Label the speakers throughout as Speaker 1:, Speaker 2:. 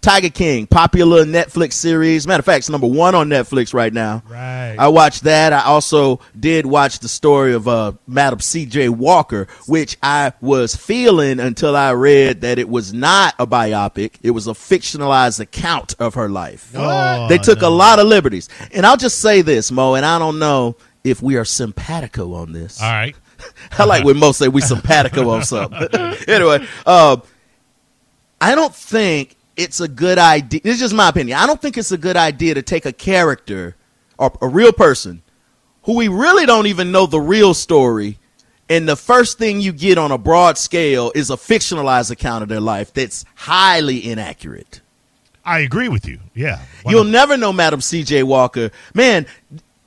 Speaker 1: Tiger King, popular Netflix series. Matter of fact, it's number one on Netflix right now.
Speaker 2: Right.
Speaker 1: I watched that. I also did watch the story of uh, Madam C.J. Walker, which I was feeling until I read that it was not a biopic. It was a fictionalized account of her life.
Speaker 2: Oh,
Speaker 1: they took
Speaker 2: no.
Speaker 1: a lot of liberties. And I'll just say this, Mo, and I don't know if we are simpatico on this.
Speaker 2: All right.
Speaker 1: I like when most say we simpatico on something. anyway, uh, I don't think it's a good idea. This is just my opinion. I don't think it's a good idea to take a character or a real person who we really don't even know the real story. And the first thing you get on a broad scale is a fictionalized account of their life that's highly inaccurate.
Speaker 2: I agree with you. Yeah. Why
Speaker 1: You'll
Speaker 2: not?
Speaker 1: never know Madam C.J. Walker. Man,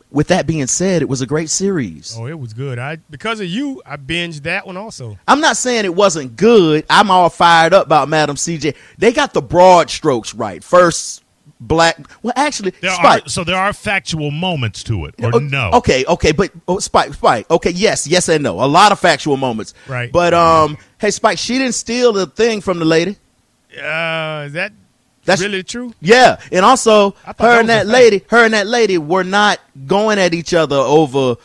Speaker 1: with that being said, it was a great series.
Speaker 3: Oh, it was good. I because of you, I binged that one also.
Speaker 1: I'm not saying it wasn't good. I'm all fired up about Madam CJ. They got the broad strokes right. First black. Well, actually,
Speaker 2: there
Speaker 1: Spike.
Speaker 2: are so there are factual moments to it, or
Speaker 1: o-
Speaker 2: no?
Speaker 1: Okay, okay, but oh, Spike, Spike. Okay, yes, yes, and no. A lot of factual moments.
Speaker 3: Right.
Speaker 1: But um, hey, Spike, she didn't steal the thing from the lady.
Speaker 3: Uh, is that
Speaker 1: That's-
Speaker 3: really true?
Speaker 1: Yeah, and also
Speaker 3: I thought
Speaker 1: her
Speaker 3: that
Speaker 1: and
Speaker 3: was
Speaker 1: that
Speaker 3: a
Speaker 1: lady, her and that lady were not going at each other over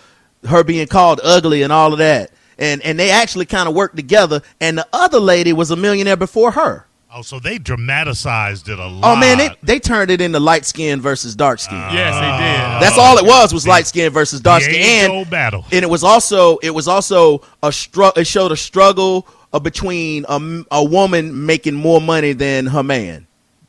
Speaker 1: her being called ugly and all of that. And and they actually kind of worked together. And the other lady was a millionaire before her.
Speaker 2: Oh, so they dramatized it a lot.
Speaker 1: Oh man, it, they turned it into light skin versus dark skin.
Speaker 3: Yes, they did.
Speaker 1: That's all it was was light skin versus dark
Speaker 2: Uh, the
Speaker 1: skin,
Speaker 2: age
Speaker 1: and,
Speaker 2: old battle.
Speaker 1: and it was also it was also a struggle. It showed a struggle uh, between a, m- a woman making more money than her man.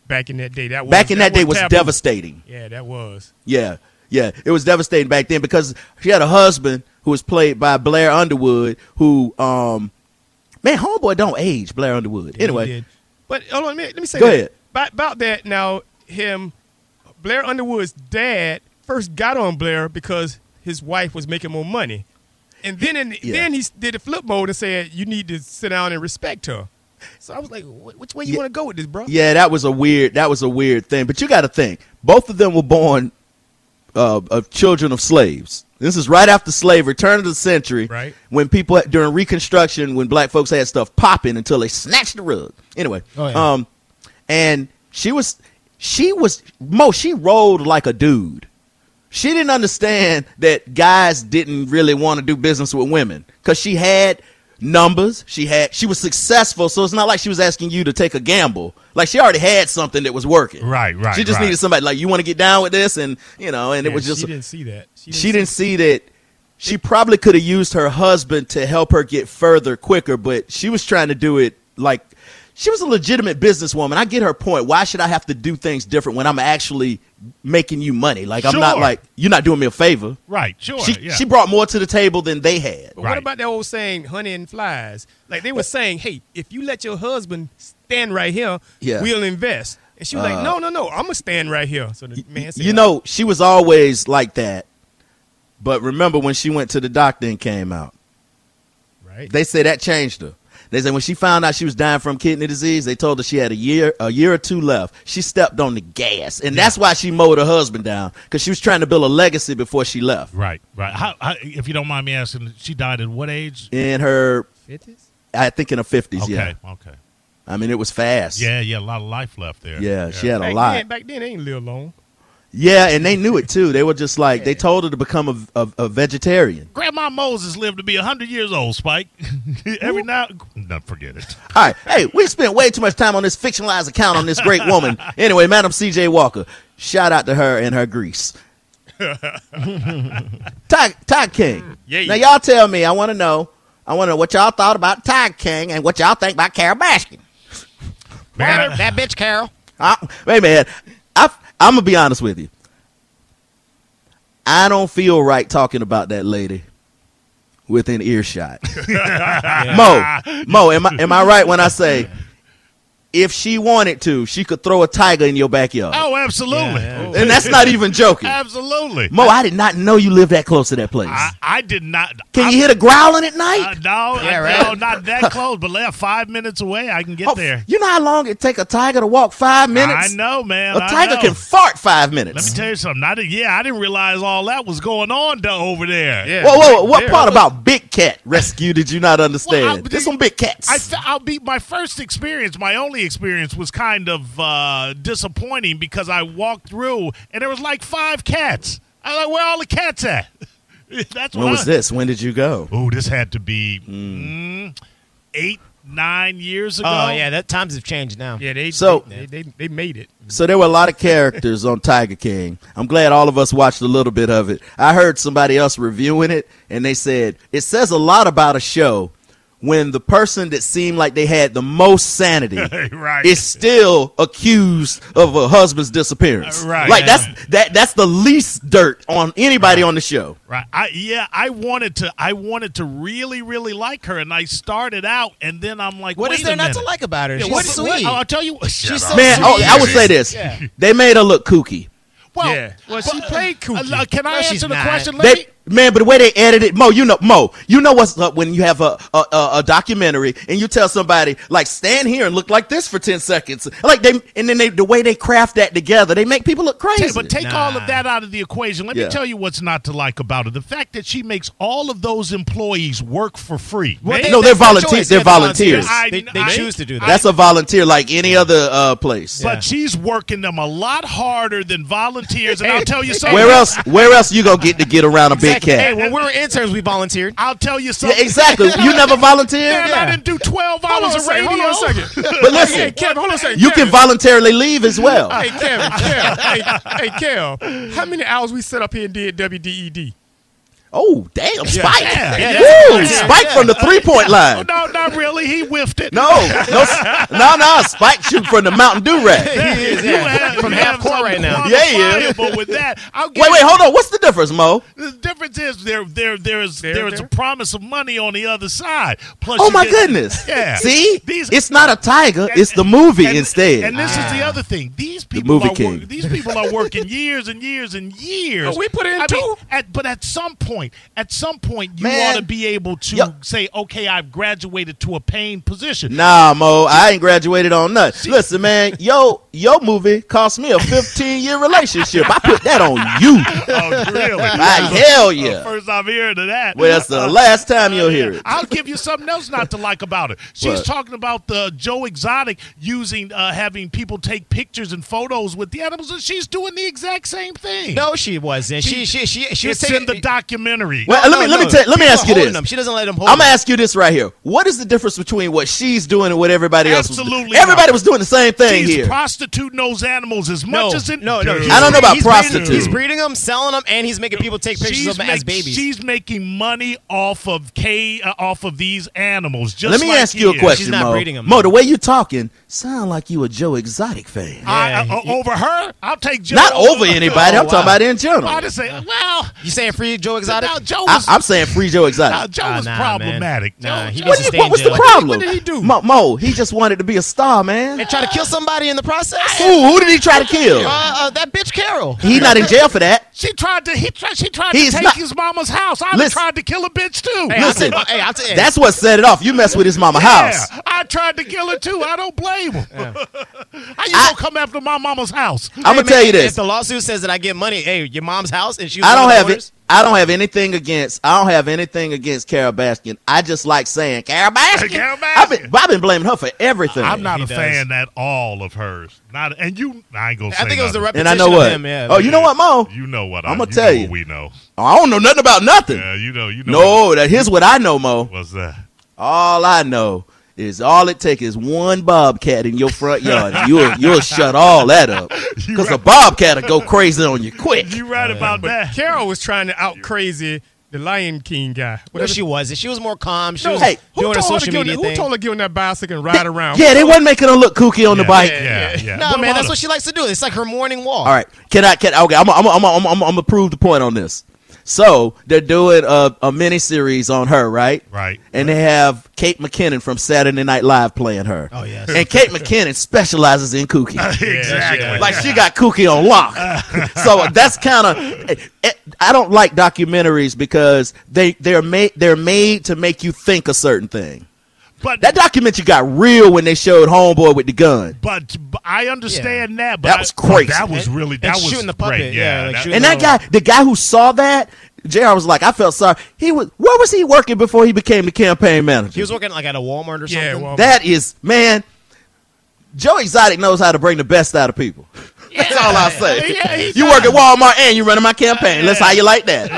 Speaker 3: Back in that day, that was,
Speaker 1: Back in that, day was
Speaker 3: taboo.
Speaker 1: devastating.
Speaker 3: Yeah, that was.
Speaker 1: Yeah, yeah, it was devastating back then because she had a husband who was played by Blair Underwood, who um, man, homeboy don't age Blair Underwood.
Speaker 3: Yeah, he
Speaker 1: Anyway,
Speaker 3: did. but hold on a minute. Let me say
Speaker 1: Go
Speaker 3: this.
Speaker 1: ahead.
Speaker 3: About, about that now. Him, Blair Underwood's dad first got on Blair because his wife was making more money, and then in,
Speaker 1: Yeah.
Speaker 3: then he s- did a flip mode and said, "You need to sit down and respect her." So I was like, "Wh- "Which way you
Speaker 1: Yeah.
Speaker 3: want to go with this, bro?"
Speaker 1: Yeah, that was a weird. That was a weird thing. But you got to think, both of them were born uh, of children of slaves. This is right after slavery, turn of the century,
Speaker 3: Right.
Speaker 1: When people during Reconstruction, when black folks had stuff popping until they snatched the rug. Anyway,
Speaker 2: Oh, yeah.
Speaker 1: um, and she was, she was Mo. She rolled like a dude. She didn't understand that guys didn't really want to do business with women because she had numbers. She had she was successful, so it's not like she was asking you to take a gamble. Like she already had something that was working.
Speaker 2: Right, right,
Speaker 1: She just
Speaker 2: right.
Speaker 1: needed somebody like you want to get down with this, and you know, and it
Speaker 3: Yeah,
Speaker 1: was just
Speaker 3: she didn't see that.
Speaker 1: she didn't see that she probably could have used her husband to help her get further quicker, but she was trying to do it like she was a legitimate businesswoman. I get her point. Why should I have to do things different when I'm actually making you money? Like I'm not
Speaker 2: Sure.
Speaker 1: like you're not doing me a favor.
Speaker 2: right? Sure.
Speaker 1: She
Speaker 2: yeah.
Speaker 1: she brought more to the table than they had.
Speaker 4: Oh,
Speaker 3: But
Speaker 2: Right.
Speaker 3: what about that old saying, honey and flies? Like they were
Speaker 1: Uh,
Speaker 3: saying, hey, if you let your husband stand right here,
Speaker 1: Yeah. Uh,
Speaker 3: we'll invest. And she was like, no, no, no, I'm going to stand right here. So the man said,
Speaker 1: you know, she was always like that. But remember when she went to the doctor and came out.
Speaker 3: right?
Speaker 1: They say that changed her. They said when she found out she was dying from kidney disease, they told her she had a year, a year or two left. She stepped on the gas, and that's why she mowed her husband down because she was trying to build a legacy before she left.
Speaker 2: right, right. How, how, if you don't mind me asking, she died at what age?
Speaker 1: In her, I think in her fifties.
Speaker 2: Okay,
Speaker 1: Yeah,
Speaker 2: okay.
Speaker 1: I mean it was fast.
Speaker 2: Yeah, yeah. A lot of life left there.
Speaker 1: yeah, she had a
Speaker 3: Back
Speaker 1: lot.
Speaker 3: then, back then, they ain't live long.
Speaker 1: Yeah, and they knew it too. They were just like they told her to become a, a, a vegetarian.
Speaker 2: Grandma Moses lived to be hundred years old. Spike. Every now, no, forget it.
Speaker 1: All right, hey, we spent way too much time on this fictionalized account on this great woman. Anyway, Madam C.J. Walker, shout out to her and her grease. Ty, Ty King.
Speaker 3: Yeah,
Speaker 1: now,
Speaker 3: yeah.
Speaker 1: y'all tell me. I want to know. I want to know what y'all thought about Ty King and what y'all think about Carol Baskin.
Speaker 2: Man, I-
Speaker 4: that bitch Carol.
Speaker 1: I, wait a minute. I, I'm gonna be honest with you. I don't feel right talking about that lady within earshot. Mo, Mo, am I am I right when I say if she wanted to, she could throw a tiger in your backyard,
Speaker 2: oh, absolutely.
Speaker 3: Yeah,
Speaker 1: and that's not even joking.
Speaker 2: Absolutely.
Speaker 1: Mo, I did not know you lived that close to that place.
Speaker 2: I, I did not.
Speaker 1: Can
Speaker 2: I,
Speaker 1: you hear the growling at night?
Speaker 2: Uh, no,
Speaker 4: Yeah,
Speaker 2: uh,
Speaker 4: right.
Speaker 2: no, not that close. But left five minutes away, I can get
Speaker 1: Oh,
Speaker 2: there.
Speaker 1: You know how long it take a tiger to walk five minutes?
Speaker 2: I know, man.
Speaker 1: A
Speaker 2: I
Speaker 1: tiger
Speaker 2: know.
Speaker 1: can fart five
Speaker 2: Let me
Speaker 1: minutes.
Speaker 2: tell you something. I did, yeah, I didn't realize all that was going on though over there.
Speaker 3: Yeah.
Speaker 1: Whoa, whoa, whoa.
Speaker 3: right
Speaker 1: What
Speaker 3: there.
Speaker 1: part about Big Cat Rescue did you not
Speaker 2: Well, I-
Speaker 1: understand? There's some big cats.
Speaker 2: I, fe- I'll be my first experience, my only experience was kind of uh, disappointing because I walked through and there was like five cats. I was like, where all the cats at? That's what
Speaker 1: When was
Speaker 2: I-
Speaker 1: this? When did you go?
Speaker 2: Oh, this had to be
Speaker 1: Hmm.
Speaker 2: mm, eight, nine years ago.
Speaker 4: Oh yeah, that times have changed now.
Speaker 3: Yeah, they
Speaker 1: So-
Speaker 3: they, they, they, they made it.
Speaker 1: So there were a lot of characters on Tiger King. I'm glad all of us watched a little bit of it. I heard somebody else reviewing it, and they said it says a lot about a show when the person that seemed like they had the most sanity
Speaker 2: Right.
Speaker 1: is still accused of a husband's disappearance.
Speaker 2: Uh, right.
Speaker 1: Like that's that that's the least dirt on anybody on the show.
Speaker 2: Right. I yeah, I wanted to I wanted to really, really like her and I started out and then I'm like,
Speaker 4: What
Speaker 2: wait
Speaker 4: is there
Speaker 2: a
Speaker 4: not to
Speaker 2: minute.
Speaker 4: like about her?
Speaker 2: Yeah,
Speaker 4: She's
Speaker 2: what-
Speaker 4: sweet.
Speaker 2: what-
Speaker 3: uh,
Speaker 2: I'll tell you what
Speaker 4: She's so
Speaker 1: Man,
Speaker 4: sweet.
Speaker 1: oh, I would say this.
Speaker 4: Yeah.
Speaker 1: They made her look kooky.
Speaker 2: well,
Speaker 3: Yeah. Well,
Speaker 2: but-
Speaker 3: she played kooky.
Speaker 2: uh, can I
Speaker 4: No, she's
Speaker 2: answer the
Speaker 4: not.
Speaker 2: question? Let me-
Speaker 1: They, man, but the way they edited Mo, you know, Mo, you know what's up when you have a, a a a documentary and you tell somebody like stand here and look like this for ten seconds, like they and then they the way they craft that together, they make people look
Speaker 2: Ta-
Speaker 1: crazy.
Speaker 2: but take
Speaker 4: Nah.
Speaker 2: all of that out of the equation. Let
Speaker 1: Yeah.
Speaker 2: me tell you what's not to like about her. The fact that she makes all of those employees work for free.
Speaker 4: Well,
Speaker 1: No, they're
Speaker 4: that's their
Speaker 1: volunteer-
Speaker 4: choice.
Speaker 1: they're volunteers.
Speaker 2: I-
Speaker 4: They, they
Speaker 2: I-
Speaker 4: choose to do that.
Speaker 1: That's a volunteer like any other uh, place.
Speaker 2: But she's working them a lot harder than volunteers. And I'll tell you something.
Speaker 1: where else? Where else you gonna get to get around a big
Speaker 4: Exactly. Hey,
Speaker 1: cat?
Speaker 4: when we were interns, we volunteered.
Speaker 2: I'll tell you
Speaker 1: Yeah,
Speaker 2: something.
Speaker 1: exactly. You never volunteer,
Speaker 2: Man, I didn't do 12 hours of radio.
Speaker 1: but listen,
Speaker 3: Kev, hold on a second.
Speaker 1: you can
Speaker 3: Kev.
Speaker 1: voluntarily leave as well.
Speaker 3: Hey, Kev, Kev, hey, hey, Kev, how many hours we set up here and did E WDED?
Speaker 1: Oh, damn, Spike!
Speaker 2: yeah,
Speaker 4: yeah,
Speaker 1: Woo,
Speaker 4: yeah,
Speaker 1: Spike from the three-point line.
Speaker 2: No, not really. He whiffed it.
Speaker 1: No, no, s- no, no. Spike shoot from the Mountain Dew rack.
Speaker 4: He is,
Speaker 2: You
Speaker 4: yeah.
Speaker 2: have,
Speaker 4: From
Speaker 2: you
Speaker 4: half
Speaker 2: have
Speaker 4: court
Speaker 2: something
Speaker 4: right now.
Speaker 1: Yeah, yeah.
Speaker 2: quantifiable with that. I'll give
Speaker 1: Wait, wait,
Speaker 2: you-
Speaker 1: hold on. What's the difference, Mo?
Speaker 2: The difference is there, there, there is
Speaker 3: There,
Speaker 2: there is
Speaker 3: there.
Speaker 2: a promise of money on the other side. Plus,
Speaker 1: Oh
Speaker 2: you
Speaker 1: my
Speaker 2: get-
Speaker 1: goodness!
Speaker 2: Yeah.
Speaker 1: See,
Speaker 2: These-
Speaker 1: it's not a tiger; it's the movie
Speaker 2: And-
Speaker 1: instead.
Speaker 2: And this is the
Speaker 3: Ah.
Speaker 2: other thing. These people
Speaker 1: movie
Speaker 2: are wor-
Speaker 1: king.
Speaker 2: these people are working years and years and years.
Speaker 3: Oh, we put in
Speaker 2: I mean,
Speaker 3: two.
Speaker 2: at, but at some point, at some point, you
Speaker 1: Man.
Speaker 2: ought to be able to
Speaker 1: Yup.
Speaker 2: say, "Okay, I've graduated to a paying position."
Speaker 1: nah, Mo, I ain't graduated on nothing. Listen, man, yo, your movie cost me a fifteen-year relationship. I put that on you.
Speaker 2: Oh, really?
Speaker 1: I hell yeah.
Speaker 2: First I'm hearing of that.
Speaker 1: Well, that's the last time you'll hear it.
Speaker 2: I'll give you something else not to like about it. She's
Speaker 1: What?
Speaker 2: talking about the Joe Exotic using uh, having people take pictures and photos with the animals, and she's doing the exact same thing.
Speaker 4: No, she wasn't. She she she she was
Speaker 2: it's in
Speaker 4: taking
Speaker 2: the documentary.
Speaker 1: Well, let me
Speaker 4: No,
Speaker 1: let me
Speaker 4: no.
Speaker 1: tell let me
Speaker 4: People
Speaker 1: ask you
Speaker 4: holding
Speaker 1: this.
Speaker 4: Them. She doesn't let them hold.
Speaker 1: I'm gonna
Speaker 4: them.
Speaker 1: ask you this right here. What is the difference between what she's doing and what everybody else was doing?
Speaker 2: Absolutely not.
Speaker 1: Everybody was doing the same thing
Speaker 2: She's
Speaker 1: here.
Speaker 2: prostituting those animals as
Speaker 4: No,
Speaker 2: much as in
Speaker 4: no, no.
Speaker 2: Dude.
Speaker 4: he's
Speaker 1: I don't know
Speaker 4: breeding-
Speaker 1: about
Speaker 4: he's breeding-
Speaker 1: prostitutes.
Speaker 4: He's breeding them, selling them, and he's making people take pictures
Speaker 2: She's,
Speaker 4: of them as
Speaker 2: make-
Speaker 4: babies.
Speaker 2: she's making money off of K uh, off of these animals. Just
Speaker 1: Let me
Speaker 2: like
Speaker 1: ask
Speaker 2: he
Speaker 1: you a
Speaker 2: is.
Speaker 1: question,
Speaker 4: She's not
Speaker 1: Mo.
Speaker 4: breeding 'em.
Speaker 1: Mo, the way you talking sound like you a Joe Exotic fan.
Speaker 2: I-
Speaker 4: Yeah,
Speaker 2: I-
Speaker 4: he-
Speaker 2: over her, I'll take Joe
Speaker 1: Not over anybody.
Speaker 4: Oh,
Speaker 1: I'm talking
Speaker 4: wow.
Speaker 1: about in general.
Speaker 2: I
Speaker 1: I,
Speaker 2: just say, well,
Speaker 4: you saying free Joe Exotic?
Speaker 2: now Joe was,
Speaker 1: I'm saying free Joe
Speaker 2: now
Speaker 1: Exotic.
Speaker 2: Joe
Speaker 4: Ah,
Speaker 2: was
Speaker 4: nah, man.
Speaker 2: problematic.
Speaker 4: Nah,
Speaker 2: Joe-
Speaker 4: he
Speaker 2: Joe-
Speaker 1: What,
Speaker 4: needs
Speaker 1: you-
Speaker 4: to stay
Speaker 1: what
Speaker 4: in
Speaker 1: was the
Speaker 4: jail.
Speaker 1: problem?
Speaker 3: What did he do?
Speaker 1: Mo, Mo, he just wanted to be a star, man.
Speaker 4: and try to kill somebody in the process.
Speaker 1: Who, who did he try to kill?
Speaker 4: Uh, uh, that bitch Carol.
Speaker 1: He not in jail for that.
Speaker 2: She tried to. He tried. She tried
Speaker 1: He's
Speaker 2: to take
Speaker 1: not-
Speaker 2: his mama's house. I
Speaker 1: Listen.
Speaker 2: tried to kill a bitch too.
Speaker 4: Hey, I'll
Speaker 1: Listen,
Speaker 4: tell you- hey, I'll tell you-
Speaker 1: That's what set it off. You mess with his mama
Speaker 2: Yeah,
Speaker 1: house.
Speaker 2: I tried to kill her too. I don't blame him. How you
Speaker 1: I-
Speaker 2: gonna come after my mama's house?
Speaker 1: I'm gonna
Speaker 4: Hey,
Speaker 1: tell
Speaker 4: man,
Speaker 1: you
Speaker 4: If
Speaker 1: this.
Speaker 4: the lawsuit says that I get money, hey, your mom's house and she. was
Speaker 1: I
Speaker 4: one
Speaker 1: don't
Speaker 4: of the
Speaker 1: have it.
Speaker 4: owners?
Speaker 1: I don't have anything against. I don't have anything against Carol Baskin. I just like saying Carol Baskin.
Speaker 2: Carol
Speaker 1: I've been, I've been blaming her for everything.
Speaker 2: I'm not
Speaker 4: he
Speaker 2: a
Speaker 4: does.
Speaker 2: fan at all of hers. Not and you. I ain't gonna.
Speaker 4: I
Speaker 2: say
Speaker 4: think it was the
Speaker 2: nothing.
Speaker 1: And
Speaker 4: repetition
Speaker 1: I know what.
Speaker 4: of him. Yeah,
Speaker 1: oh, you know what, Mo?
Speaker 2: You know what?
Speaker 1: I'ma
Speaker 2: I,
Speaker 1: tell
Speaker 2: know
Speaker 1: you.
Speaker 2: what we know.
Speaker 1: Oh, I don't know nothing about nothing.
Speaker 2: Yeah, you know. You know.
Speaker 1: No, that here's what I know, Mo.
Speaker 2: What's that?
Speaker 1: All I know is all it takes is one bobcat in your front yard. and You'll you'll shut all that up because a bobcat'll go crazy on you quick.
Speaker 2: You right about that?
Speaker 3: Carol was trying to out crazy the Lion King guy.
Speaker 4: No,
Speaker 3: Whatever
Speaker 4: she wasn't. She was more calm. She
Speaker 3: No,
Speaker 4: was
Speaker 1: hey,
Speaker 3: who
Speaker 4: doing her
Speaker 3: told her to
Speaker 4: social
Speaker 3: get on
Speaker 4: media
Speaker 3: that-
Speaker 4: thing.
Speaker 3: Who told her to get on that bicycle and ride around?
Speaker 1: Yeah, they wasn't making her look kooky on the
Speaker 2: Yeah,
Speaker 1: bike.
Speaker 2: Yeah, yeah.
Speaker 4: No,
Speaker 2: Put 'em
Speaker 4: man, that's
Speaker 2: on
Speaker 4: what
Speaker 2: a-
Speaker 4: she likes to do. It's like her morning walk.
Speaker 1: All right, can I? Can okay? I'm i I'm i am i am i am I'm gonna prove the point on this. So they're doing a a mini series on her, right?
Speaker 2: Right.
Speaker 1: And they have Kate McKinnon from Saturday Night Live playing her.
Speaker 4: Oh yes.
Speaker 1: And Kate McKinnon specializes in kooky.
Speaker 2: exactly.
Speaker 1: like she got kooky on lock. so that's kind of. I don't like documentaries because they they're made they're made to make you think a certain thing.
Speaker 2: but
Speaker 1: That documentary got real when they showed Homeboy with the gun,
Speaker 2: but, but I understand that. But
Speaker 1: That
Speaker 2: I-
Speaker 1: was crazy.
Speaker 2: That was really.
Speaker 4: And
Speaker 2: That was
Speaker 4: shooting the puppet,
Speaker 2: great.
Speaker 4: yeah,
Speaker 2: Yeah.
Speaker 4: like
Speaker 2: that-
Speaker 4: shooting-
Speaker 1: and that guy, the guy who saw that, Jr. was like, I felt sorry. He was where was he working before he became the campaign manager?
Speaker 4: He was working like at a Walmart or
Speaker 3: Yeah,
Speaker 4: something.
Speaker 3: Walmart.
Speaker 1: that is man. Joe Exotic knows how to bring the best out of people. That's all I say.
Speaker 2: Yeah, he
Speaker 1: you work at Walmart and you running my campaign. That's how you like that.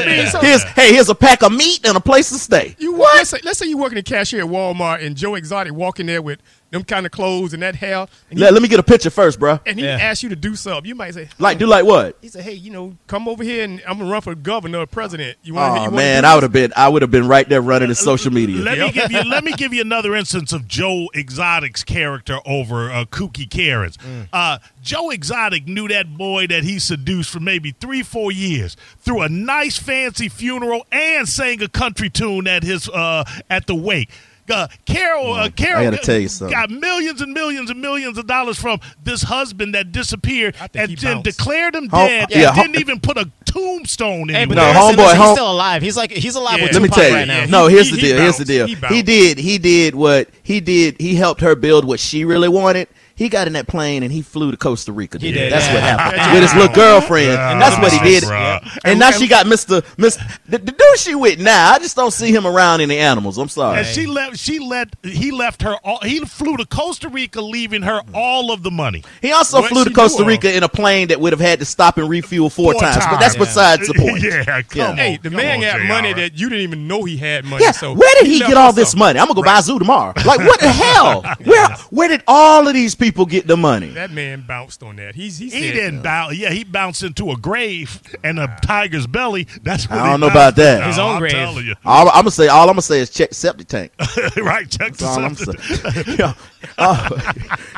Speaker 1: here's, hey, here's a pack of meat and a place to stay.
Speaker 3: You what? Let's say, let's say you working a cashier at Walmart and Joe Exotic walking there with them kind of clothes and that hair, and he,
Speaker 1: Let, let me get a picture first, bro.
Speaker 3: and he
Speaker 2: Yeah.
Speaker 3: asks you to do something. You might say,
Speaker 1: Like, do like what?
Speaker 3: he said, hey, you know, come over here and I'm gonna run for governor or president. You want?
Speaker 1: Oh man, I would have been, I would have been right there running his social media.
Speaker 2: Let me give you let me give you another instance of Joe Exotic's character over uh, Kooky Carrots.
Speaker 3: Mm.
Speaker 2: Uh, Joe Exotic knew that boy that he seduced for maybe three four years through a nice fancy funeral and sang a country tune at his uh, at the wake. Uh, Carol, uh, Carol
Speaker 1: gotta tell you something.
Speaker 2: got millions and millions and millions of dollars from this husband that disappeared
Speaker 3: I think
Speaker 2: and
Speaker 3: he
Speaker 2: then
Speaker 3: bounced.
Speaker 2: declared him
Speaker 1: Home-
Speaker 2: dead
Speaker 1: yeah,
Speaker 2: and
Speaker 1: home-
Speaker 2: didn't even put a tombstone
Speaker 4: Hey,
Speaker 2: anywhere.
Speaker 4: but
Speaker 1: No,
Speaker 4: listen,
Speaker 1: homeboy,
Speaker 4: listen,
Speaker 1: home-
Speaker 4: he's still alive. He's like he's alive
Speaker 3: Yeah.
Speaker 4: with
Speaker 1: Let
Speaker 3: Let
Speaker 1: me
Speaker 4: Tupac
Speaker 1: tell you.
Speaker 4: right now.
Speaker 1: No,
Speaker 3: He-
Speaker 1: here's
Speaker 3: he-
Speaker 1: the
Speaker 3: he
Speaker 1: deal. Here's
Speaker 3: bounced.
Speaker 1: the deal.
Speaker 3: He
Speaker 1: He,
Speaker 3: bounced.
Speaker 1: did. He did what he did. He helped her build what she really wanted. He got in that plane and he flew to Costa Rica. He
Speaker 4: did.
Speaker 1: That's what
Speaker 4: Yeah.
Speaker 1: happened with his little girlfriend. That's what he did.
Speaker 2: Bruh.
Speaker 1: And now she got Mister Mister the, the dude she with now. I just don't see him around any animals. I'm sorry.
Speaker 2: And she left. She let. He left her. All, he flew to Costa Rica, leaving her
Speaker 1: Mm-hmm.
Speaker 2: all of the money.
Speaker 1: He also
Speaker 3: What
Speaker 1: flew to
Speaker 3: she do
Speaker 1: Costa
Speaker 3: of?
Speaker 1: Rica in a plane that would have had to stop and refuel four,
Speaker 2: Four
Speaker 1: times, but
Speaker 2: times.
Speaker 1: that's
Speaker 2: Yeah.
Speaker 1: besides the point.
Speaker 2: yeah, come
Speaker 1: Yeah.
Speaker 2: on.
Speaker 3: Hey, the
Speaker 2: come
Speaker 3: man
Speaker 2: on,
Speaker 3: got
Speaker 2: JR.
Speaker 3: money that you didn't even know he had money.
Speaker 1: Yeah,
Speaker 3: so
Speaker 1: where did he,
Speaker 3: left
Speaker 1: get all
Speaker 3: us
Speaker 1: this
Speaker 3: something.
Speaker 1: money? I'm gonna go buy a zoo tomorrow. Like, what the hell? Where where did all of these people get the money?
Speaker 3: That man bounced on that. He's he,
Speaker 2: He
Speaker 3: said,
Speaker 2: didn't bounce. Yeah, he bounced into a grave and a tiger's belly. That's what
Speaker 1: I
Speaker 2: he
Speaker 1: don't know
Speaker 2: bounced
Speaker 1: about that.
Speaker 2: into.
Speaker 4: His
Speaker 2: No,
Speaker 4: own
Speaker 2: I'm
Speaker 4: grave.
Speaker 2: telling you.
Speaker 1: All, I'm gonna say all I'm gonna say is check septic tank. That's
Speaker 2: right, check this
Speaker 1: all I'm
Speaker 2: out.
Speaker 1: saying. Yeah. Uh,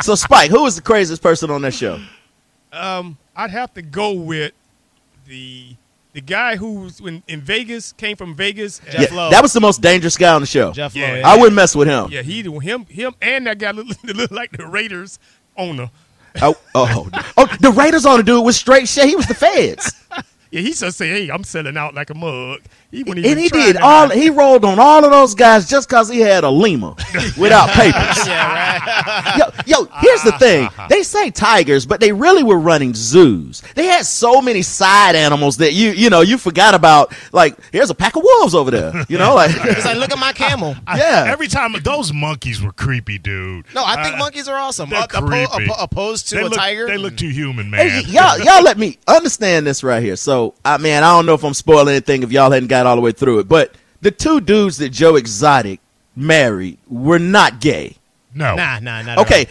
Speaker 1: so Spike, who was the craziest person on that show?
Speaker 3: Um, I'd have to go with the the guy who's in, in Vegas came from Vegas.
Speaker 4: Jeff
Speaker 1: yeah,
Speaker 4: Lowe.
Speaker 1: that was the most dangerous guy on the show.
Speaker 4: Jeff
Speaker 3: Yeah.
Speaker 4: Lloyd.
Speaker 1: I wouldn't mess with him.
Speaker 3: Yeah, he him him and that guy look, look like the Raiders owner.
Speaker 1: Oh, oh, oh, the Raiders on the dude was straight shit. He was the feds.
Speaker 3: Yeah, he just say, "Hey, I'm selling out like a mug." He wouldn't even
Speaker 1: and he
Speaker 3: try
Speaker 1: did
Speaker 3: that.
Speaker 1: all he rolled on all of those guys just because he had a lima without papers yo, yo here's the thing they say tigers but they really were running zoos they had so many side animals that you you know you forgot about like here's a pack of wolves over there you know like
Speaker 4: He's like, look at my camel.
Speaker 1: yeah
Speaker 2: Every time those monkeys were creepy, dude.
Speaker 4: No, I think
Speaker 2: Uh,
Speaker 4: monkeys are awesome.
Speaker 2: they're
Speaker 4: Uh, oppo-
Speaker 2: creepy.
Speaker 4: oppo- opposed to
Speaker 2: they
Speaker 4: a
Speaker 2: look,
Speaker 4: tiger,
Speaker 2: They look too human, man.
Speaker 1: Hey, y'all, y'all let me understand this right here. So, I man, I don't know if I'm spoiling anything if y'all hadn't got all the way through it, but the two dudes that Joe Exotic married were not gay.
Speaker 2: no.
Speaker 4: Nah, nah, nah.
Speaker 1: Okay,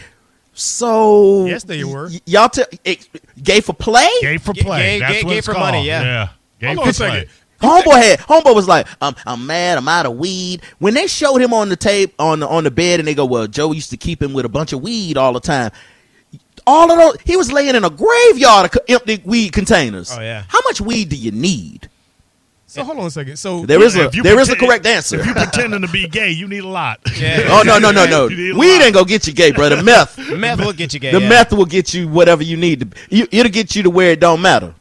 Speaker 1: so
Speaker 3: Yes, they were.
Speaker 1: Y- y'all tell it, gay for play.
Speaker 2: Gay for
Speaker 4: Gay-
Speaker 2: play.
Speaker 4: gay-
Speaker 2: That's
Speaker 4: gay-
Speaker 2: what
Speaker 4: gay
Speaker 2: it's
Speaker 4: for
Speaker 2: called.
Speaker 4: money, yeah.
Speaker 2: Gay
Speaker 3: Hold
Speaker 2: for
Speaker 3: on a
Speaker 2: play.
Speaker 3: second.
Speaker 1: Homeboy had homeboy was like, um, I'm mad, I'm out of weed. When they showed him on the tape on the on the bed, and they go, well, Joe used to keep him with a bunch of weed all the time. All of those, he was laying in a graveyard of co- empty weed containers.
Speaker 4: Oh, yeah.
Speaker 1: how much weed do you need?
Speaker 3: So hold on a second. So
Speaker 1: There is
Speaker 2: Yeah,
Speaker 1: a
Speaker 2: if you
Speaker 1: there is a
Speaker 2: pretend-
Speaker 1: correct answer.
Speaker 2: Pretending to be gay, you need a lot.
Speaker 4: Yeah.
Speaker 1: Oh no no no no!
Speaker 2: You need a
Speaker 1: Weed
Speaker 2: lot.
Speaker 1: ain't gonna get you gay, brother. Meth,
Speaker 4: Meth will get you gay.
Speaker 1: the
Speaker 4: yeah.
Speaker 1: meth will get you whatever you need. To, you, it'll get you to where it don't matter.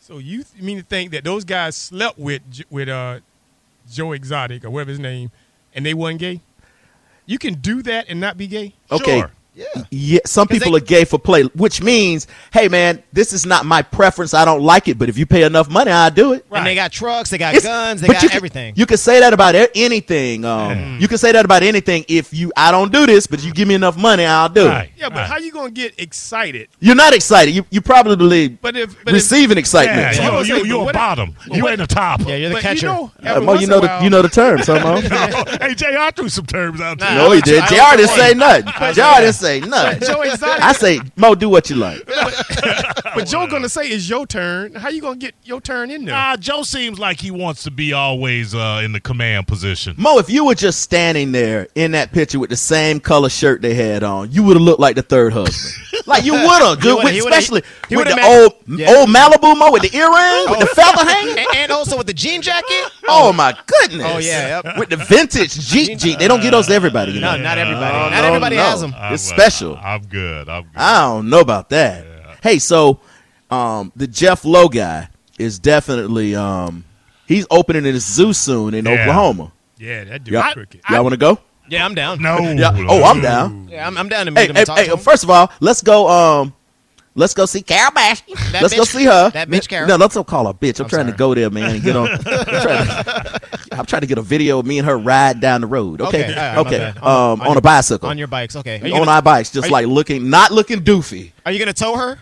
Speaker 3: so you th- mean to think that those guys slept with J- with uh, Joe Exotic or whatever his name, and they wasn't gay? You can do that and not be gay.
Speaker 1: Okay.
Speaker 2: Sure.
Speaker 1: Yeah. Some people
Speaker 4: they-
Speaker 1: are gay for play, which means, hey man, this is not my preference. I don't like it, but if you pay enough money, I do it.
Speaker 4: And they got trucks, they got
Speaker 1: It's-
Speaker 4: guns, they
Speaker 1: but
Speaker 4: got
Speaker 1: you can-
Speaker 4: everything.
Speaker 1: you can say that about a- anything. Um, You can say that about anything. If you, I don't do this, but you give me enough money, I'll do
Speaker 2: Right.
Speaker 1: it.
Speaker 3: Yeah, but
Speaker 2: Right.
Speaker 3: how you gonna get excited?
Speaker 1: You're not excited. You you probably
Speaker 3: But if but if,
Speaker 1: receiving
Speaker 2: Yeah,
Speaker 1: excitement.
Speaker 3: Hold on a
Speaker 2: you, you,
Speaker 3: second,
Speaker 2: you
Speaker 3: but
Speaker 2: a
Speaker 3: what-
Speaker 2: bottom. You
Speaker 3: what-
Speaker 2: ain't a top.
Speaker 4: Yeah, you're the
Speaker 3: but
Speaker 4: catcher.
Speaker 3: You know,
Speaker 1: Uh,
Speaker 3: every
Speaker 1: Mo,
Speaker 3: once
Speaker 1: you
Speaker 3: in
Speaker 1: know
Speaker 3: a
Speaker 1: the
Speaker 3: while-
Speaker 1: you know the term, huh, Mo?
Speaker 2: hey, JR threw some terms out there.
Speaker 1: No, he did.
Speaker 4: I
Speaker 1: JR didn't
Speaker 4: don't
Speaker 1: say
Speaker 4: want-
Speaker 1: nothing. JR didn't say nothing.
Speaker 3: Joe Exotic.
Speaker 1: I say, Mo, do what you like.
Speaker 3: but Joe gonna say Uh, it's your turn. How you gonna get your turn in there?
Speaker 2: Nah, Joe seems like he wants to be always uh, in the command position.
Speaker 1: Mo, if you were just standing there in that picture with the same color shirt they had on, you would have looked like the third husband. like you would have, dude.
Speaker 4: would've-
Speaker 1: with-
Speaker 4: he would've-
Speaker 1: especially
Speaker 4: he
Speaker 1: with the
Speaker 4: would've made-
Speaker 1: old
Speaker 4: Yeah. Oh.
Speaker 1: old Malibu Mo with the earring, with the feather hanging.
Speaker 4: and, and also with the jean jacket.
Speaker 1: Oh my goodness!
Speaker 4: Oh, yeah, yep.
Speaker 1: with the vintage Jeep Jeep. They don't get those to everybody. You
Speaker 4: No,
Speaker 1: know?
Speaker 4: not everybody.
Speaker 1: No,
Speaker 4: not
Speaker 1: Uh, no,
Speaker 4: everybody
Speaker 1: no.
Speaker 4: has them.
Speaker 2: I'm,
Speaker 1: It's
Speaker 2: uh,
Speaker 1: special. Ah.
Speaker 2: I'm good. I'm good.
Speaker 1: I don't know about that. Hey, so um, the Jeff Lowe guy is definitely um, he's opening his zoo soon in
Speaker 2: Yeah.
Speaker 1: Oklahoma.
Speaker 3: yeah, that dude
Speaker 1: Y'all,
Speaker 3: crooked.
Speaker 1: y'all want to go?
Speaker 4: Yeah, I'm down.
Speaker 2: no.
Speaker 1: Yeah. Oh, I'm down.
Speaker 4: Yeah, I'm, I'm down to meet
Speaker 1: hey,
Speaker 4: him.
Speaker 1: hey,
Speaker 4: and talk to
Speaker 1: hey,
Speaker 4: him.
Speaker 1: first of all, let's go. Um, Let's go see Carol Baskin.
Speaker 4: That
Speaker 1: Let's go
Speaker 4: bitch-
Speaker 1: see her.
Speaker 4: that bitch Carol.
Speaker 1: No, let's don't call her bitch. I'm, trying
Speaker 4: sorry.
Speaker 1: to go there, man. And get on. I'm, trying to, I'm trying to get a video of me and her ride down the road. Okay,
Speaker 4: Okay, all
Speaker 1: okay.
Speaker 4: right, my bad.
Speaker 1: Um, on,
Speaker 4: your-
Speaker 1: a bicycle,
Speaker 4: on your bikes. Okay. Are you,
Speaker 1: on
Speaker 4: gonna,
Speaker 1: our bikes, just
Speaker 4: you-
Speaker 1: like looking, not looking doofy.
Speaker 4: are you gonna tow her?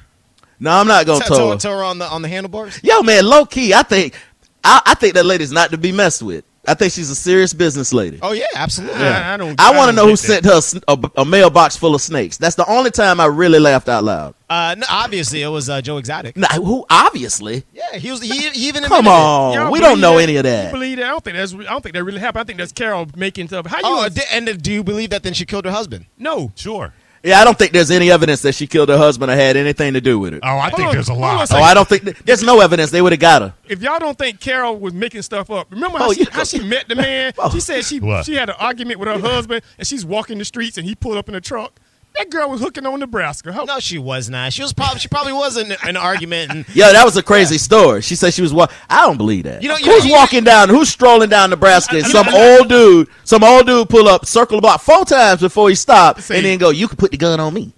Speaker 1: No, I'm not gonna
Speaker 4: tow,
Speaker 1: tow
Speaker 4: her.
Speaker 1: her.
Speaker 4: tow her on the on the handlebars.
Speaker 1: Yo, man, low key, I think, I, I think that lady's not to be messed with. I think she's a serious business lady.
Speaker 4: Oh yeah, absolutely.
Speaker 3: I, I don't.
Speaker 1: I want to
Speaker 3: don't
Speaker 1: know who
Speaker 3: get that.
Speaker 1: sent her a sn- a, b- a mailbox full of snakes. That's the only time I really laughed out loud.
Speaker 4: Uh, no, obviously it was uh, Joe Exotic.
Speaker 1: Nah, who? Obviously,
Speaker 4: Yeah, he was. He, he even
Speaker 1: come
Speaker 4: admitted it.
Speaker 1: on,
Speaker 3: Y'all
Speaker 1: we
Speaker 3: believe
Speaker 1: don't know any of
Speaker 3: You
Speaker 1: that.
Speaker 3: believe that? I don't think that's. re- I don't think that really happened. I think that's Carol making stuff. How you?
Speaker 4: Oh,
Speaker 3: gonna-
Speaker 4: di- and do you believe that? Then she killed her husband.
Speaker 3: no.
Speaker 2: Sure.
Speaker 1: Yeah, I don't think there's any evidence that she killed her husband or had anything to do with it.
Speaker 2: Oh, I think
Speaker 3: on,
Speaker 2: there's a
Speaker 3: hold on a
Speaker 2: lot.
Speaker 1: Oh, I don't think there's no evidence they would have got her.
Speaker 3: If y'all don't think Carol was making stuff up, remember how,
Speaker 1: Oh,
Speaker 3: she,
Speaker 1: you-
Speaker 3: how she met the man?
Speaker 1: Oh.
Speaker 3: She said she
Speaker 2: What?
Speaker 3: she had an argument with her husband, and she's walking the streets, and he pulled up in a truck. That girl was hooking on Nebraska. How,
Speaker 4: No, she was not. She was probably. She probably was in an argument. And
Speaker 1: Yeah, that was a crazy story. She said she was walking. I don't believe that.
Speaker 4: You know- you
Speaker 1: who's
Speaker 4: know- you-
Speaker 1: walking down? Who's strolling down Nebraska? And
Speaker 2: I- I-
Speaker 1: some
Speaker 2: I-
Speaker 1: old dude, some old dude, pull up, circle the block four times before he stopped,
Speaker 3: See.
Speaker 1: and then go, "You can put the gun on me."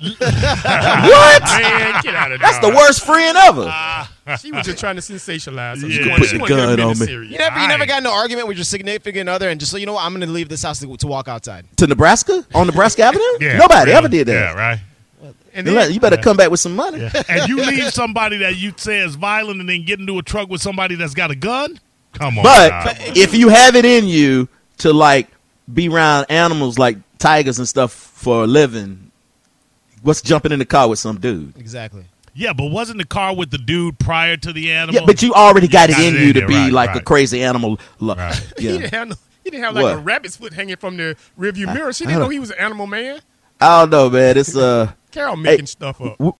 Speaker 1: what?
Speaker 3: man, get out of
Speaker 1: That's the
Speaker 3: there.
Speaker 1: worst friend ever.
Speaker 3: She was just trying to sensationalize. Her.
Speaker 2: You
Speaker 3: She
Speaker 2: can
Speaker 3: wanted-
Speaker 2: put
Speaker 3: she
Speaker 1: the
Speaker 3: wanted
Speaker 1: gun
Speaker 3: to
Speaker 1: on
Speaker 3: be
Speaker 1: me.
Speaker 3: serious.
Speaker 4: you never. You
Speaker 2: All
Speaker 4: never
Speaker 2: right.
Speaker 4: got in an argument with your significant other, and just so you know, what, I'm going to leave this house to, to walk outside.
Speaker 1: to Nebraska on Nebraska Avenue?
Speaker 2: Yeah,
Speaker 1: Nobody
Speaker 2: really.
Speaker 1: ever did
Speaker 2: Yeah,
Speaker 1: that.
Speaker 2: right.
Speaker 3: And
Speaker 1: You
Speaker 3: then,
Speaker 1: let- You better come back with some money.
Speaker 2: and you leave somebody that you say is violent and then get into a truck with somebody that's got a gun? Come on.
Speaker 1: But
Speaker 2: now.
Speaker 1: if you have it in you to like be around animals like tigers and stuff for a living, what's jumping in the car with some dude?
Speaker 4: Exactly.
Speaker 2: yeah, but wasn't the car with the dude prior to the animal?
Speaker 1: Yeah, but you already got it
Speaker 2: got
Speaker 1: in
Speaker 2: it
Speaker 1: you
Speaker 2: in
Speaker 1: to
Speaker 2: you,
Speaker 1: be
Speaker 2: right,
Speaker 1: like a
Speaker 2: right.
Speaker 1: crazy animal. lo-
Speaker 2: Right.
Speaker 3: he
Speaker 1: Yeah.
Speaker 3: didn't have no, he didn't have like a
Speaker 1: What?
Speaker 3: rabbit's foot hanging from the rearview mirror. She
Speaker 1: I
Speaker 3: didn't
Speaker 1: don't-
Speaker 3: know he was an animal man.
Speaker 1: I don't know, man. It's uh
Speaker 3: Carol making stuff up.
Speaker 1: w-